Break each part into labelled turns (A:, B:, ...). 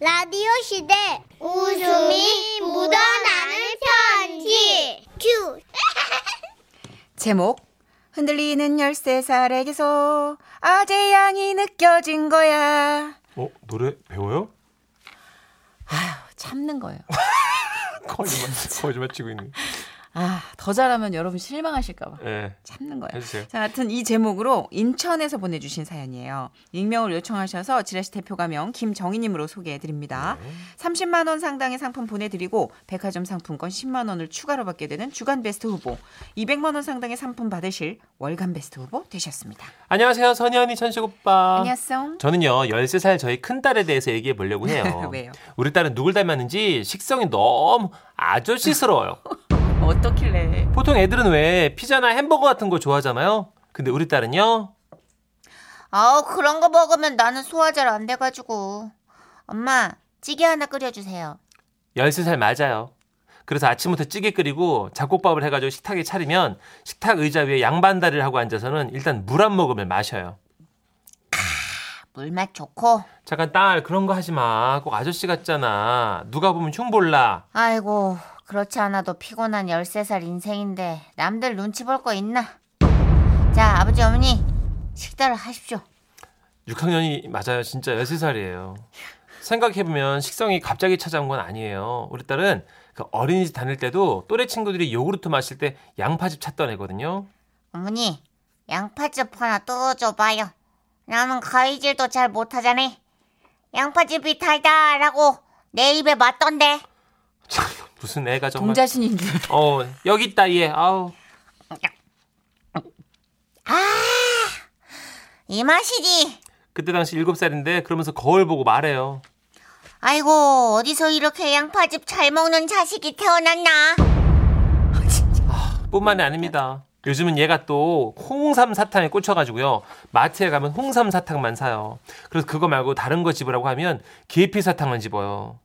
A: 라디오 시대 웃음이 묻어나는 편지 큐
B: 제목 흔들리는 13살에게서 아재 양이 느껴진 거야.
C: 어 노래 배워요?
B: 아휴, 참는 거예요.
C: 거짓말 거짓말 치고 있는.
B: 아, 더 잘하면 여러분 실망하실까봐.
C: 예
B: 참는 거예요.
C: 해주세요.
B: 자, 하여튼 이 제목으로 인천에서 보내주신 사연이에요. 익명을 요청하셔서 지라시 대표가명 김정희님으로 소개해드립니다. 30만 원 상당의 상품 보내드리고 백화점 상품권 10만 원을 추가로 받게 되는 주간 베스트 후보, 200만 원 상당의 상품 받으실 월간 베스트 후보 되셨습니다.
C: 안녕하세요 선희 언니 천식 오빠.
B: 안녕하세요.
C: 저는요 13살 저희 큰 딸에 대해서 얘기해 보려고 해요.
B: 왜요?
C: 우리 딸은 누굴 닮았는지 식성이 너무 아저씨스러워요.
B: 어떻길래?
C: 보통 애들은 왜 피자나 햄버거 같은 거 좋아하잖아요. 근데 우리 딸은요
D: 아우 그런 거 먹으면 나는 소화 잘 안 돼가지고 엄마 찌개 하나 끓여주세요
C: 13살 맞아요. 그래서 아침부터 찌개 끓이고 잡곡밥을 해가지고 식탁에 차리면 식탁 의자 위에 양반다리를 하고 앉아서는 일단 물 한 모금을 마셔요.
D: 물맛 좋고
C: 잠깐 딸 그런 거 하지 마. 꼭 아저씨 같잖아. 누가 보면 흉볼라.
D: 아이고 그렇지 않아도 피곤한 13살 인생인데 남들 눈치 볼 거 있나 자 아버지 어머니 식사를 하십시오
C: 6학년이 맞아요. 진짜 13살이에요. 생각해보면 식성이 갑자기 찾아온 건 아니에요. 우리 딸은 그 어린이집 다닐 때도 또래 친구들이 요구르트 마실 때 양파즙 찾던 애거든요.
D: 어머니 양파즙 하나 떠줘봐요 나는 가위질도 잘 못하잖니 양파즙이 달달하고 내 입에 맞던데
C: 무슨 애가 정말.
B: 동자신인 줄.
C: 어, 여기 있다, 얘. 아우.
D: 이 맛이지
C: 그때 당시 7살인데 그러면서 거울 보고 말해요.
D: 아이고 어디서 이렇게 양파즙 잘 먹는 자식이 태어났나
C: 뿐만이 아닙니다. 요즘은 얘가 또 홍삼 사탕에 꽂혀가지고요. 마트에 가면 홍삼 사탕만 사요. 그래서 그거 말고 다른 거 집으라고 하면 계피 사탕만 집어요.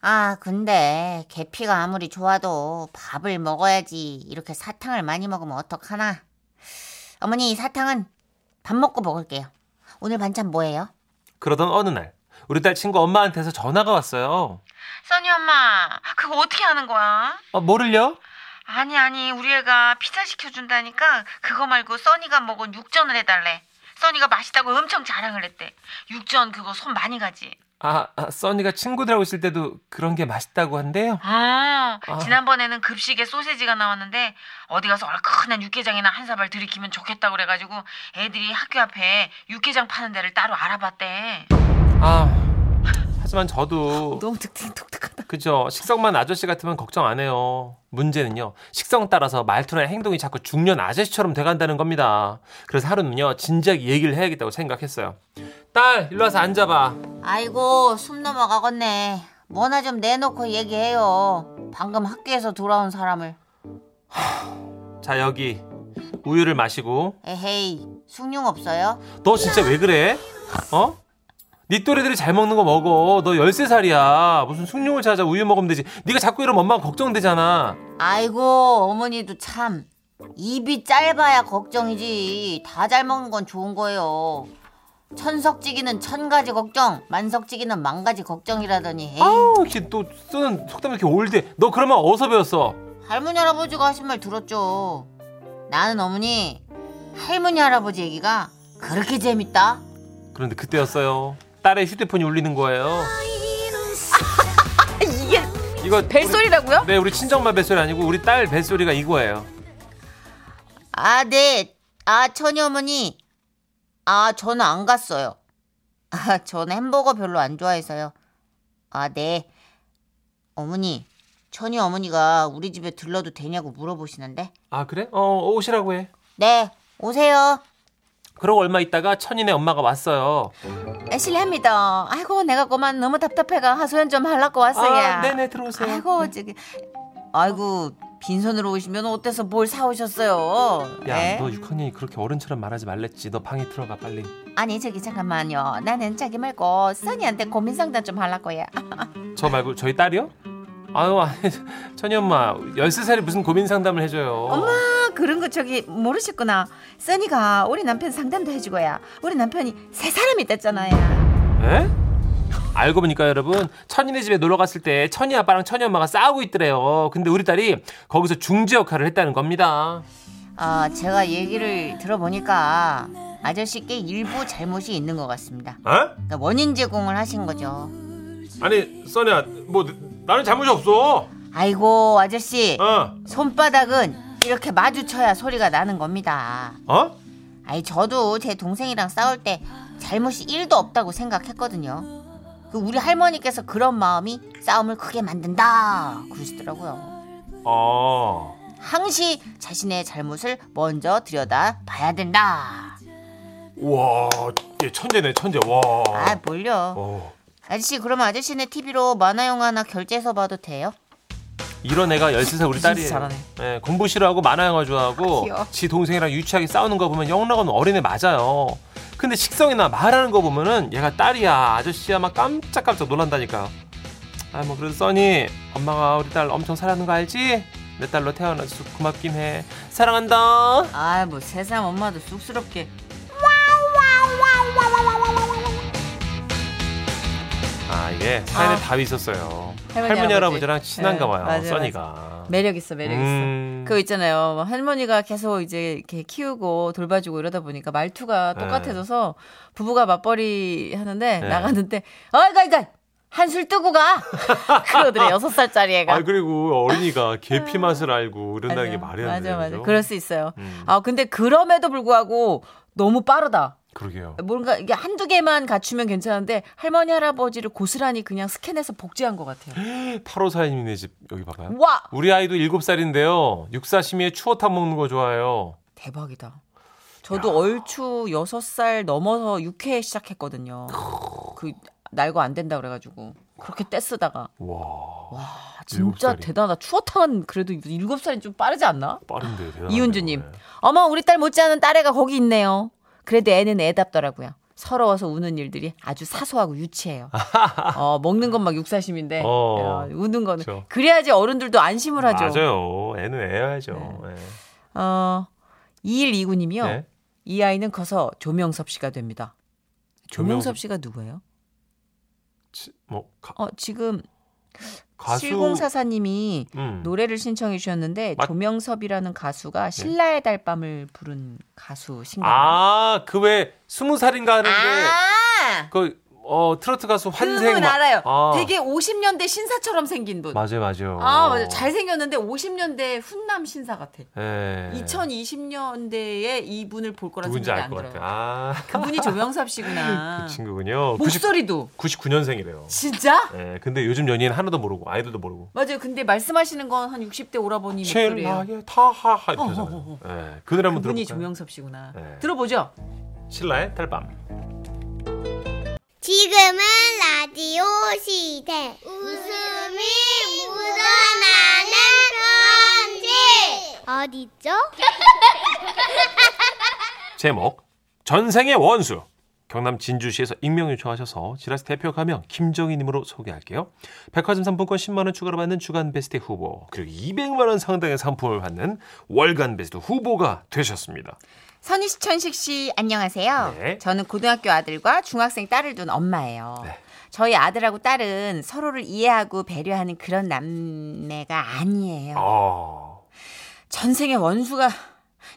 D: 아 근데 계피가 아무리 좋아도 밥을 먹어야지 이렇게 사탕을 많이 먹으면 어떡하나 어머니 이 사탕은 밥 먹고 먹을게요 오늘 반찬 뭐예요?
C: 그러던 어느 날 우리 딸 친구 엄마한테서 전화가 왔어요.
E: 써니 엄마, 그거 어떻게 하는 거야?
C: 어, 뭐를요?
E: 아니, 아니, 우리 애가 피자 시켜준다니까 그거 말고 써니가 먹은 육전을 해달래. 써니가 맛있다고 엄청 자랑을 했대. 육전 그거 손 많이 가지.
C: 아, 아, 써니가 친구들하고 있을 때도 그런 게 맛있다고 한대요.
E: 아,
C: 아.
E: 지난번에는 급식에 소세지가 나왔는데 어디 가서 얼큰한 육개장이나 한 사발 들이키면 좋겠다고 그래가지고 애들이 학교 앞에 육개장 파는 데를 따로 알아봤대.
C: 아, 하지만 저도
B: 너무 득득 독특하다.
C: 그죠. 식성만 아저씨 같으면 걱정 안 해요. 문제는요. 식성 따라서 말투나 행동이 자꾸 중년 아저씨처럼 돼간다는 겁니다. 그래서 하루는요. 진작 얘기를 해야겠다고 생각했어요. 딸, 일로 와서 앉아봐.
D: 아이고 숨 넘어가겠네 뭐나 좀 내놓고 얘기해요 방금 학교에서 돌아온 사람을
C: 자, 여기 우유를 마시고.
D: 에헤이 숭늉 없어요?
C: 너 진짜 왜 그래? 어? 니 또래들이 잘 먹는 거 먹어. 너 13살이야. 무슨 숭늉을 찾아 우유 먹으면 되지. 네가 자꾸 이러면 엄마가 걱정되잖아.
D: 아이고 어머니도 참 입이 짧아야 걱정이지 다 잘 먹는 건 좋은 거예요 천석지기는 천 가지 걱정 만석지기는 만 가지 걱정이라더니 에이,
C: 아우, 이렇게 또 쓰는 속담이 이렇게 올드해. 너 그러면 어디서 배웠어?
D: 할머니 할아버지가 하신 말 들었죠 나는 어머니 할머니 할아버지 얘기가 그렇게 재밌다
C: 그런데 그때였어요. 딸의 휴대폰이 울리는 거예요.
B: 이게
C: 이거
B: 벨소리라고요?
C: 우리- 네, 우리 친정마 뱃소리 아니고 우리 딸 뱃소리가 이거예요.
D: 아, 네. 아, 천이 어머니. 아, 저는 안 갔어요. 아, 저는 햄버거 별로 안 좋아해서요. 아, 네. 어머니, 천이 어머니가 우리 집에 들러도 되냐고 물어보시는데.
C: 아 그래? 어 오시라고 해.
D: 네, 오세요.
C: 그러고 얼마 있다가 천인의 엄마가 왔어요.
D: 실례합니다. 아이고, 내가 그만 너무 답답해가 하소연 좀 하려고
C: 아 네네 들어오세요.
D: 아이고, 저기. 아이고, 빈손으로 오시면 어때서 뭘 사오셨어요?
C: 야 뭐.
D: 네?
C: 너 6학년이 그렇게 어른처럼 말하지 말랬지. 너 방에 들어가 빨리.
D: 아니, 저기 잠깐만요. 나는 자기 말고 써니한테 고민 상담 좀 하려고요.
C: 저 말고 저희 딸이요? 아유 아니 천이 엄마 13살이 무슨 고민 상담을 해줘요. 엄마.
B: 그런 거 저기 모르셨구나. 써니가 우리 남편 상담도 해주고야. 우리 남편이 세 사람이 됐잖아요.
C: 에? 알고 보니까 여러분 천이네 집에 놀러 갔을 때 천이 아빠랑 천이 엄마가 싸우고 있더래요. 근데 우리 딸이 거기서 중재 역할을 했다는 겁니다.
D: 아, 제가 얘기를 들어보니까 아저씨께 일부 잘못이 있는 것 같습니다.
C: 어?
D: 그러니까 원인 제공을 하신 거죠.
C: 아니 써니야 뭐 나는 잘못이 없어.
D: 아이고, 아저씨.
C: 어?
D: 손바닥은 이렇게 마주쳐야 소리가 나는 겁니다.
C: 어?
D: 아니, 저도 제 동생이랑 싸울 때 잘못이 1도 없다고 생각했거든요. 그 우리 할머니께서 그런 마음이 싸움을 크게 만든다 그러시더라고요.
C: 어.
D: 항시 자신의 잘못을 먼저 들여다 봐야 된다.
C: 와, 얘 천재네 천재. 와.
D: 아, 몰려.
C: 어.
D: 아저씨 그럼 아저씨네 TV로 만화 영화나 결제해서 봐도 돼요?
C: 이런 애가 13살 우리 딸이에요.
B: 잘하네.
C: 예, 공부 싫어하고 만화 영화 좋아하고
B: 귀여워.
C: 지 동생이랑 유치하게 싸우는 거 보면 영락은 어린애 맞아요. 근데 식성이나 말하는 거 보면은 얘가 딸이야 아저씨야 막 깜짝깜짝 놀란다니까. 아 뭐 그래도 써니 엄마가 우리 딸 엄청 사랑하는 거 알지? 내 딸로 태어나서 고맙긴 해. 사랑한다.
D: 아 뭐 세상 엄마도 쑥스럽게
C: 아 이게 사연에 답이 있었어요.
B: 할머니,
C: 할머니, 할아버지랑
B: 할아버지.
C: 친한가
B: 네,
C: 봐요
B: 맞아요,
C: 써니가.
B: 매력 있어, 매력 있어.
C: 음.
B: 그거 있잖아요. 뭐 할머니가 계속 이제 이렇게 키우고 돌봐주고 이러다 보니까 말투가
C: 네.
B: 똑같아져서 부부가 맞벌이 하는데
C: 네.
B: 나갔는데 어이가 이가 한술 뜨고 가 그러더래 여섯 살짜리 애가.
C: 아 그리고 어린이가 계피 맛을 알고 이런다는 게
B: 맞아.
C: 말이 안
B: 맞아
C: 되는
B: 맞아.
C: 거죠.
B: 그럴 수 있어요.
C: 음.
B: 아 근데 그럼에도 불구하고 너무 빠르다.
C: 그러게요.
B: 뭔가 이게 한두 개만 갖추면 괜찮은데 할머니 할아버지를 고스란히 그냥 스캔해서 복제한 것 같아요.
C: 8호 사인님네 집 여기 봐봐요.
B: 와
C: 우리 아이도 7살인데요. 육사시미에 추어탕 먹는 거 좋아해요.
B: 대박이다. 저도 얼추 여섯 살 넘어서 육회 시작했거든요. 그 날고 안 된다 그래가지고 그렇게 떼쓰다가
C: 와.
B: 아, 진짜
C: 일곱 살이.
B: 대단하다. 추어탕은 그래도 일곱 살이 좀 빠르지 않나?
C: 빠른데 대단.
B: 아, 이윤주님, 어머 우리 딸 못지않은 딸애가 거기 있네요. 그래도 애는 애답더라고요. 서러워서 우는 일들이 아주 사소하고 유치해요. 어, 먹는 건 막 육사심인데
C: 어,
B: 어, 우는 거는
C: 그렇죠.
B: 그래야지 어른들도 안심을 하죠.
C: 맞아요. 애는 애야죠.
B: 네. 어, 2129님이요.
C: 네.
B: 이 아이는 커서 조명섭 씨가 됩니다. 조명섭
C: 조명섭
B: 씨가 누구예요?
C: 치- 뭐 가,
B: 어, 지금
C: 가수
B: 7044님이
C: 음.
B: 노래를 신청해 주셨는데
C: 맞- 네.
B: 조명섭이라는 가수가 신라의 달밤을 부른 가수신가요?
C: 아, 그 왜 스무 살인가 하는데
D: 아
C: 그 어, 트로트 가수 환생
B: 아! 그분
C: 막-
B: 알아요.
C: 아,
B: 되게 50년대 신사처럼 생긴 분.
C: 맞아요, 맞아요.
B: 아, 맞아. 잘생겼는데 50년대 훈남 신사 같아.
C: 예.
B: 2020년대에 이분을 볼 거라
C: 누군지
B: 생각이
C: 알
B: 안
C: 것
B: 들어요.
C: 같아요. 아,
B: 그분이 조명섭 씨구나.
C: 그 친구군요. 90,
B: 목소리도
C: 99년생이래요.
B: 진짜?
C: 예, 근데 요즘 연예인 하나도 모르고 아이돌도 모르고
B: 맞아요. 근데 말씀하시는 건 한 60대 오라버니 목소리예요.
C: 신라의 타하하 이렇게
B: 어,
C: 하잖아요. 예, 그 노래 아, 한번
B: 그분이
C: 들어볼까요?
B: 조명섭 씨구나.
C: 네.
B: 들어보죠.
C: 신라의 달밤.
A: 지금은 라디오 시대. 웃음이 묻어나는 편지. 어디죠?
C: 제목 전생의 원수. 경남 진주시에서 익명 요청하셔서 지라스 대표 가명 김정희님으로 소개할게요. 백화점 상품권 10만 원 추가로 받는 주간 베스트 후보 그리고 200만 원 상당의 상품을 받는 월간 베스트 후보가 되셨습니다.
B: 네.
D: 선희시천식 씨 안녕하세요.
C: 네.
D: 저는 고등학교 아들과 중학생 딸을 둔 엄마예요.
C: 네.
D: 저희 아들하고 딸은 서로를 이해하고 배려하는 그런 남매가 아니에요.
C: 아,
B: 전생의 원수가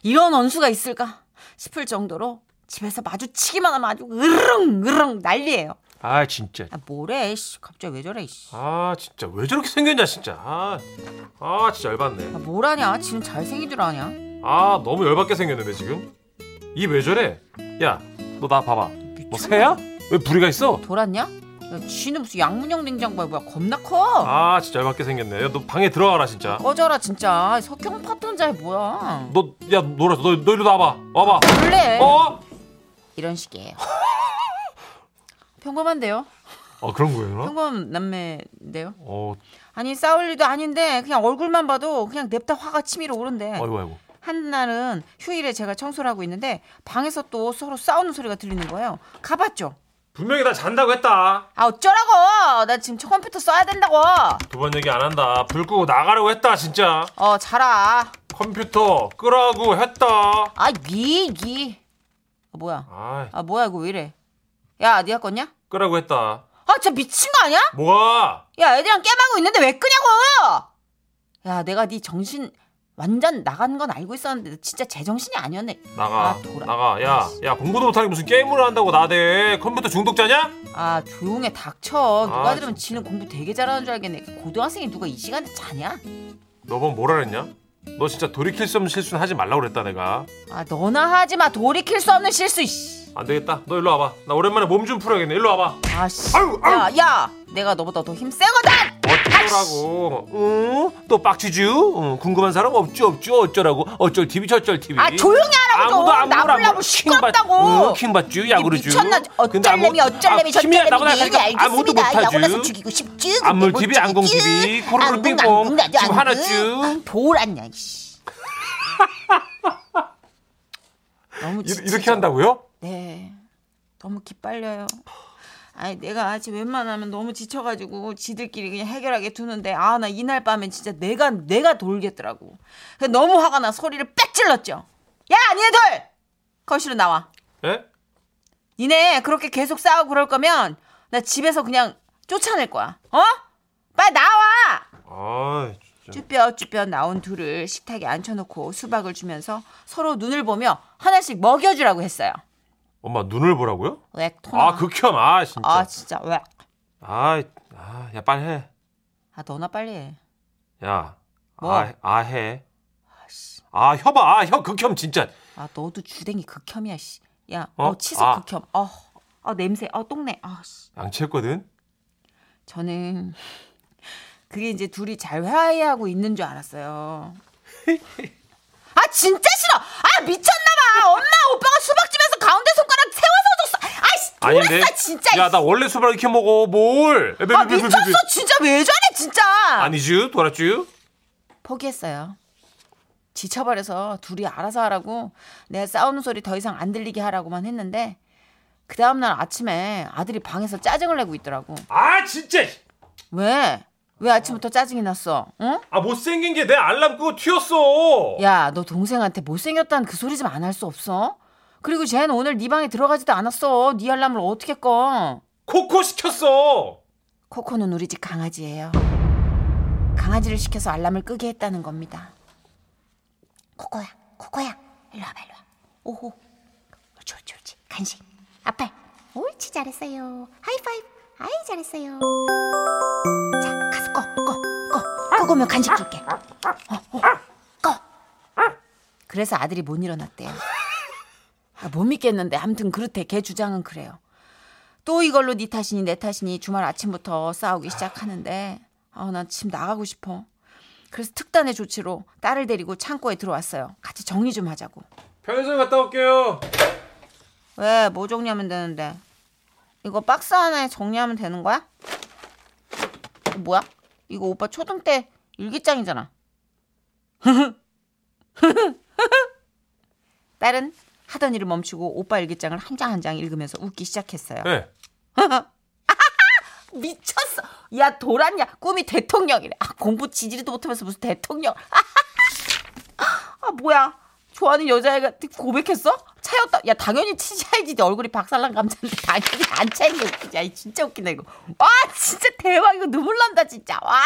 B: 이런 원수가 있을까 싶을 정도로 집에서 마주치기만 하면 아주 으르렁 으르렁 난리예요.
C: 아 진짜.
D: 아, 뭐래? 씨, 갑자기 왜 저래? 씨.
C: 아 진짜 왜 저렇게 생겼냐 진짜. 아, 아 진짜 열받네.
D: 아, 뭐라냐? 지금 잘생긴 줄 아냐?
C: 아 너무 열받게 생겼는데 지금 이 왜 저래 야 너 나 봐봐 뭐 새야 왜 부리가 있어
D: 돌았냐? 야, 쥐는 무슨 양문형 냉장고야 뭐야 겁나 커.
C: 아 진짜 열받게 생겼네 야, 너 방에 들어가라 진짜
D: 꺼져라 진짜 석형 파탄자야 뭐야.
C: 너 야 노라 너, 너 이리 와봐 와봐
D: 원래
C: 어?
D: 이런 식이에요.
B: 평범한데요?
C: 아 그런 거예요 누나?
B: 평범 남매인데요?
C: 어
B: 아니 싸울 일도 아닌데 그냥 얼굴만 봐도 그냥 냅다 화가 치밀어 오른대.
C: 아이고 아이고
B: 한 날은 휴일에 제가 청소를 하고 있는데 방에서 또 서로 싸우는 소리가 들리는 거예요. 가봤죠?
C: 분명히 나 잔다고 했다
B: 아 어쩌라고? 나 지금 저 컴퓨터 써야 된다고.
C: 두 번 얘기 안 한다 불 끄고 나가라고 했다 진짜
B: 어 자라.
C: 컴퓨터 끄라고 했다
D: 아,
B: 아니니 뭐야?
C: 아
B: 아 뭐야 이거 왜 이래? 야 네가 껐냐?
C: 끄라고 했다
D: 아, 진짜 미친 거 아니야?
C: 뭐가?
D: 야, 애들이랑 게임하고 있는데 왜 끄냐고! 야, 내가 네 정신 완전 나간 건 알고 있었는데 진짜 제정신이 아니었네.
C: 나가
D: 아, 돌아.
C: 나가 야야 공부도 못하게 무슨 게임을 한다고 나대 컴퓨터 중독자냐?
D: 아, 조용해 닥쳐. 누가
C: 아,
D: 들으면 지는 공부 되게 잘하는 줄 알겠네. 고등학생이 누가 이 시간에 자냐?
C: 너번 뭐라 그랬냐? 너 진짜 돌이킬 수 없는 실수는 하지 말라고 그랬다 내가
D: 아, 너나 하지 마. 돌이킬 수 없는 실수. 이씨.
C: 안 되겠다 너 일로 와봐 나 오랜만에 몸 좀 풀어야겠네 일로 와봐
D: 아, 씨.
C: 아유, 아유.
D: 야, 야, 내가 너보다 더 힘 세거든.
C: 어쩌라고 응? 또 빡치쥬? 응, 궁금한 사람 없죠 없죠 어쩌라고 어쩔 TV 저쩔 TV
D: 아, 조용히 하라고 좀.
C: 아무도 안
D: 나
C: 물어, 안
D: 몰라고
C: 물어.
D: 시끄럽다고.
C: 킹받- 응, 킹받쥬 야구르쥬
D: 미쳤나? 어쩔래미
C: 아,
D: 어쩔래미 저쩔래미
B: 예,
D: 얘기
C: 아무도
D: 알겠습니다.
C: 못하쥬
D: 야고 나서 죽이고 싶지.
C: 안물 TV 안공 TV 코로로 빙봉 지금
B: 아,
C: 하나쥬
D: 보란냐 이씨. 너무
C: 이-
D: 지치죠?
C: 이렇게 한다고요?
B: 네. 너무 기빨려요. 아니 내가 아직 웬만하면 너무 지쳐가지고 지들끼리 그냥 해결하게 두는데 아 나 이날 밤엔 진짜 내가 내가 돌겠더라고. 그래서 너무 화가 나 소리를 빽 질렀죠. 야 니네들 거실로 나와.
C: 예?
B: 니네 그렇게 계속 싸우고 그럴 거면 나 집에서 그냥 쫓아낼 거야. 어? 빨리 나와.
C: 아 진짜
B: 쭈뼛쭈뼛 나온 둘을 식탁에 앉혀놓고 수박을 주면서 서로 눈을 보며 하나씩 먹여주라고 했어요.
C: 엄마 눈을 보라고요?
D: 왜 토나?
C: 아 극혐 아 진짜
B: 아 진짜 왜?
C: 아, 아, 야, 빨리 해.
B: 아 너나 빨리 해.
C: 야.
B: 뭐?
C: 아, 아, 해. 아, 혀봐. 아, 혀 극혐, 진짜.
B: 아 너도 주댕이 극혐이야 씨. 야,
C: 어?
B: 어, 치석
C: 아.
B: 극혐. 어, 어 냄새. 어 똥내. 아 씨.
C: 양치했거든?
B: 저는 그게 이제 둘이 잘 화해하고 있는 줄 알았어요.
D: 아 진짜 싫어. 아 미쳤나봐. 엄마 오빠가 수박 주면서 가운데 손가락 세워서 줬어. 아씨 돌았어 진짜.
C: 야, 나 원래 수박 이렇게 먹어. 뭘? 에, 비,
D: 아
C: 비, 비, 비, 비.
D: 미쳤어 진짜 왜 저래 진짜.
C: 아니쥬? 돌았쥬?
B: 포기했어요. 지쳐버려서 둘이 알아서 하라고 내가 싸우는 소리 더 이상 안 들리게 하라고만 했는데 그 다음날 아침에 아들이 방에서 짜증을 내고 있더라고.
C: 아, 진짜.
B: 왜? 왜 아침부터 짜증이 났어? 응?
C: 아, 못생긴 게 내 알람 끄고 튀었어.
B: 야, 너 동생한테 못생겼다는 그 소리 좀 안 할 수 없어? 그리고 쟤는 오늘 네 방에 들어가지도 않았어. 네 알람을 어떻게 꺼?
C: 코코 시켰어.
B: 코코는 우리 집 강아지예요. 강아지를 시켜서 알람을 끄게 했다는 겁니다.
D: 코코야 코코야 일로 와봐 일로 와. 오호 옳지 옳지 옳지 간식. 아빠
A: 옳지 잘했어요. 하이파이브. 아이 잘했어요.
D: 가서 꺼꺼꺼 꺼고면 간식 줄게.
B: 어, 그래서 아들이 못 일어났대요. 아, 못 믿겠는데 아무튼 그렇대. 걔 주장은 그래요. 또 이걸로 네 탓이니 내 탓이니 주말 아침부터 싸우기 시작하는데 아나 지금 나가고 싶어. 그래서 특단의 조치로 딸을 데리고 창고에 들어왔어요. 같이 정리 좀 하자고.
C: 편의점 갔다 올게요.
B: 왜? 뭐 정리하면 되는데? 이거 박스 하나에 정리하면 되는 거야? 이거 뭐야? 이거 오빠 초등 때 일기장이잖아. 딸은 하던 일을 멈추고 오빠 일기장을 한 장 한 장 읽으면서 웃기 시작했어요.
C: 네.
B: 미쳤어. 야 돌았냐? 꿈이 대통령이래. 아, 공부 지지리도 못하면서 무슨 대통령? 아 뭐야? 좋아하는 여자애가 고백했어? 차였다. 야 당연히 치자야지. 내 얼굴이 박살난 감자인데 당연히 안 차인 게 웃기지. 아이 진짜 웃기네 이거. 와 진짜 대박 이거 눈물 난다 진짜. 와.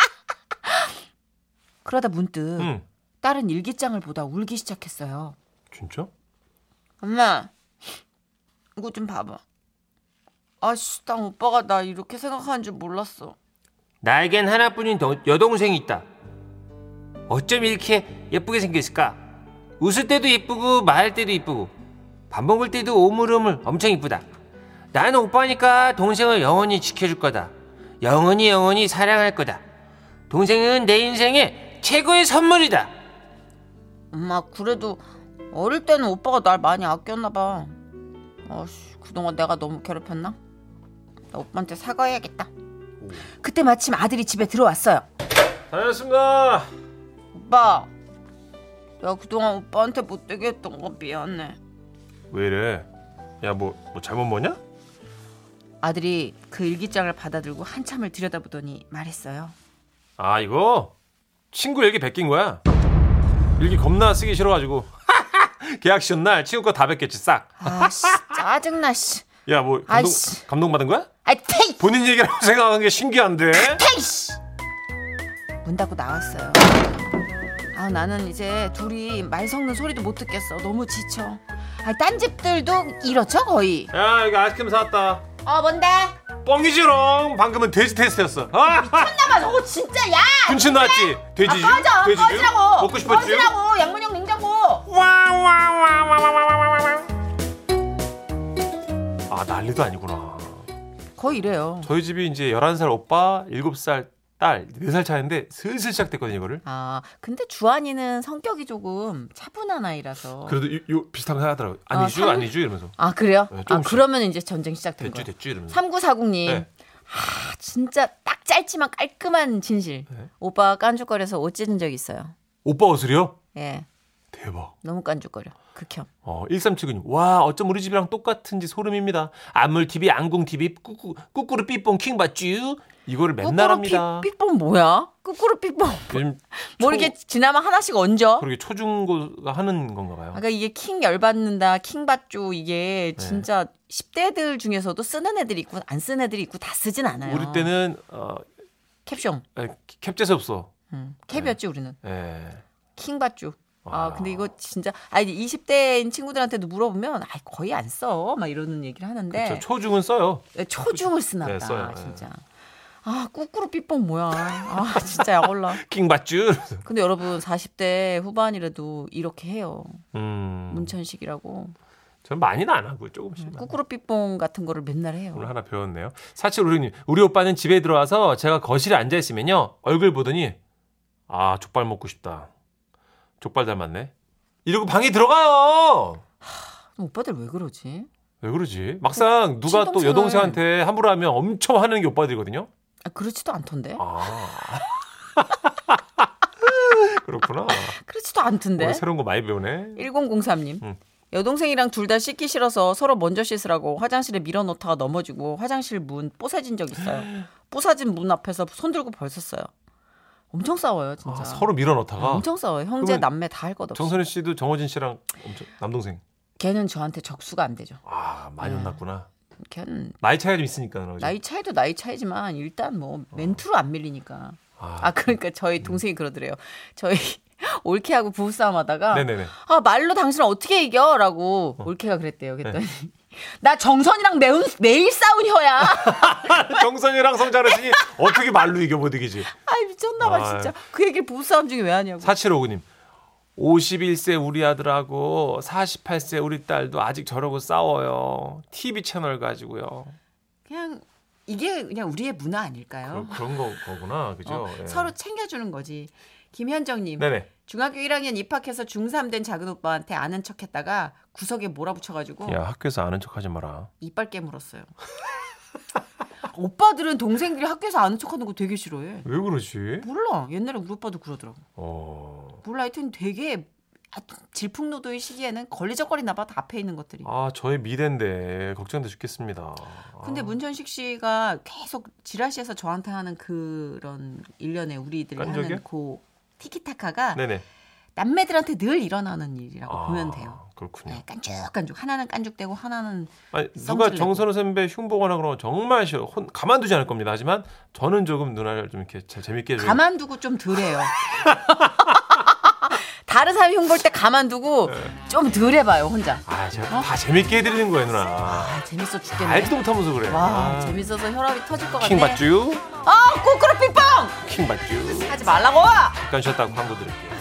B: 그러다 문득
C: 응.
B: 딸은 일기장을 보다 울기 시작했어요.
C: 진짜?
B: 엄마 이거 좀 봐봐. 아씨 난 오빠가 나 이렇게 생각하는 줄 몰랐어.
C: 나에겐 하나뿐인 여- 여동생이 있다. 어쩜 이렇게 예쁘게 생겼을까? 웃을 때도 예쁘고 말할 때도 예쁘고 밥 먹을 때도 오물오물 엄청 예쁘다. 나는 오빠니까 동생을 영원히 지켜줄 거다. 영원히 영원히 사랑할 거다. 동생은 내 인생의 최고의 선물이다.
B: 엄마 그래도 어릴 때는 오빠가 날 많이 아꼈나 봐. 아씨 그동안 내가 너무 괴롭혔나? 나 오빠한테 사과해야겠다. 그때 마침 아들이 집에 들어왔어요.
C: 다녀왔습니다.
B: 오빠, 내가 그동안 오빠한테 못되게 했던 거 미안해.
C: 왜 이래? 야, 뭐, 뭐 잘못 뭐냐?
B: 아들이 그 일기장을 받아들고 한참을 들여다보더니 말했어요.
C: 아, 이거 친구 일기 베낀 거야. 일기 겁나 쓰기 싫어가지고. 계약 시험 날 친구 거 다 베꼈지, 싹.
B: 아씨 아, 짜증나 씨.
C: 야, 뭐 감동,
F: 아이씨.
C: 감동받은 거야?
F: 아이 페이
C: 본인 얘기라고 생각하는 게 신기한데.
F: 페이 씨.
D: 문 닫고 나왔어요. 아 나는 이제 둘이 말 섞는 소리도 못 듣겠어. 너무 지쳐. 아딴 집들도 이렇죠 거의.
C: 야, 이거 아이스크림 사왔다.
F: 어 뭔데?
C: 뻥이지롱. 방금은 돼지 테스트였어. 아,
F: 나봐 저거 진짜 야.
C: 군침 났지. 돼지주.
F: 아, 꺼져
C: 돼지주?
F: 꺼지라고.
C: 먹고 싶었지.
F: 꺼지라고 양문형 냉장고.
C: 아, 난리도 아니구나.
D: 거의 이래요.
C: 저희 집이 이제 11살 오빠, 7살 딸, 4살 차인데 슬슬 시작됐거든요, 이거를.
D: 아 근데 주한이는 성격이 조금 차분한 아이라서.
C: 그래도 요, 요 비슷하면 하더라고요. 아니죠,
D: 삼-
C: 아니죠 이러면서.
D: 아 그래요?
C: 네,
D: 아
C: 조금씩.
D: 그러면 이제 전쟁 시작된
C: 됐죠,
D: 거예요.
C: 됐죠 이러면서.
D: 3940님.
C: 네.
D: 아, 진짜 딱 짧지만 깔끔한 진실.
C: 네.
D: 오빠가 깐죽거려서 옷 찢은 적이 있어요.
C: 오빠 옷을요?
D: 예.
C: 대박.
D: 너무 깐죽거려. 극혐.
C: 어, 1379님. 와, 어쩜 우리 집이랑 똑같은지 소름입니다. 안물 TV, 안궁 TV, 꾸꾸, 꾸꾸루 삐뽕 킹 봤쥬? 이거를 맨날 합니다.
D: 삐- 삐뽕 뭐야? 꾸꾸루 삐뽕.
C: 요즘
D: 모르게 지나면 하나씩 얹어.
C: 그렇게 초중고가 하는 건가 봐요.
D: 아까 이게 킹 열받는다, 킹 받죠. 이게
C: 네.
D: 진짜 10대들 중에서도 쓰는 애들이 있고 안 쓰는 애들이 있고 다 쓰진 않아요.
C: 우리 때는 어,
D: 캡숑.
C: 아니, 캡제수 없어.
D: 음,
C: 네.
D: 캡이었지 우리는.
C: 예.
D: 킹 받죠. 아,
C: 아.
D: 근데 이거 진짜 아니 20대인 친구들한테도 물어보면 아 거의 안 써. 막 이러는 얘기를 하는데
C: 저 초중은 써요.
D: 초중을 쓰나
C: 네, 써요. 네.
D: 보다. 네. 진짜. 아, 꾸꾸로 삐뽕 뭐야. 아, 진짜 약올라.
C: 예. 킹 봤쥬?
D: 근데 여러분 40대 후반이라도 이렇게 해요.
C: 음.
D: 문천식이라고.
C: 저는 많이는 안 하고 조금씩.
D: 꾸꾸로 삐뽕 같은 거를 맨날 해요.
C: 오늘 하나 배웠네요. 사실 우리 우리 오빠는 집에 들어와서 제가 거실에 앉아 있으면요 얼굴 보더니 아 족발 먹고 싶다. 족발 닮았네. 이러고 방에 들어가요.
D: 오빠들 왜 그러지?
C: 왜 그러지? 막상 누가 또
D: 친동생을-
C: 여동생한테 함부로 하면 엄청 화내는 게 오빠들이거든요.
D: 아, 그렇지도 않던데.
C: 아 그렇구나.
D: 아, 그렇지도 않던데.
C: 오늘 새로운 거 많이 배우네.
D: 1003님.
C: 음.
D: 여동생이랑 둘 다 씻기 싫어서 서로 먼저 씻으라고 화장실에 밀어놓다가 넘어지고 화장실 문 뽀사진 적 있어요. 뽀사진 문 앞에서 손 들고 벌섰어요. 엄청 싸워요,
C: 아,
D: 진짜.
C: 서로 밀어넣다가
D: 엄청 싸워요. 형제
C: 그러면
D: 남매 다 할 것 없이.
C: 정선희 씨도 정호진 씨랑 엄청 남동생.
D: 걔는 저한테 적수가 안 되죠.
C: 아 많이 혼났구나.
D: 걔는
C: 나이 차이가 좀 있으니까 그러죠.
D: 네. 나이 차이도 나이 차이지만 일단 뭐 멘트로 안 밀리니까.
C: 아,
D: 아 그러니까 저희 동생이 그러더래요. 저희 올케하고 부부싸움하다가
C: 네네네.
D: 아 말로 당신은 어떻게 네. 이겨라고 올케가 그랬대요. 그랬더니 나 정선이랑 매운, 매일 싸운 혀야.
C: 정선이랑 성자르신이 어떻게 말로 이겨보디기지?
D: 아 미쳤나봐
C: 아이.
D: 진짜. 그 얘기를 부부싸움 중에 왜 하냐고.
C: 4759님. 51세 우리 아들하고 48세 우리 딸도 아직 저러고 싸워요. TV 채널 가지고요.
D: 그냥 이게 그냥 우리의 문화 아닐까요?
C: 그, 런 거, 거구나. 그죠?
D: 어,
C: 예.
D: 서로 챙겨주는 거지. 김현정님
C: 네네.
D: 중학교 1학년 입학해서 중3 된 작은 오빠한테 아는 척했다가 구석에 몰아붙여가지고
C: 야, 학교에서 아는 척 하지 마라.
D: 이빨 깨물었어요. 오빠들은 동생들이 학교에서 아는 척하는 거 되게 싫어해.
C: 왜 그러지?
D: 몰라. 옛날에 우리 오빠도 그러더라고.
C: 어.
D: 몰라 하여튼 되게 하여튼 질풍노도의 시기에는 걸리적거리나 봐. 다 앞에 있는 것들이.
C: 아, 저의 미래인데 걱정돼 죽겠습니다.
D: 근데
C: 아.
D: 문천식 씨가 계속 지라시에서 저한테 하는 그런 일련의 우리들이
C: 깐족이야?
D: 하는 그 티키타카가
C: 네네.
D: 남매들한테 늘 일어나는 일이라고
C: 아,
D: 보면 돼요.
C: 그렇군요.
D: 네, 깐죽깐죽 하나는 깐죽대고 하나는
C: 아니, 누가
D: 성질 내고.
C: 정선우 선배 흉보거나 그러면 정말 싫어. 혼, 가만두지 않을 겁니다. 하지만 저는 조금 누나를 좀 이렇게 재- 재밌게 좀
D: 가만두고 좀 덜해요. 다른 사람이 흉볼 때 가만두고
C: 예.
D: 좀 덜해봐요 혼자.
C: 아, 제가 다 재밌게 해드리는 거예요, 누나.
D: 어? 아 재밌어 죽겠네.
C: 알지도 못하면서 그래.
D: 와
C: 아,
D: 재밌어서 혈압이 터질 것 같네.
C: 킹 받쥬?
D: 아 꼬꾸로 삐빵
C: 킹 받쥬?
D: 하지 말라고.
C: 잠깐 쉬었다고 광고 드릴게요.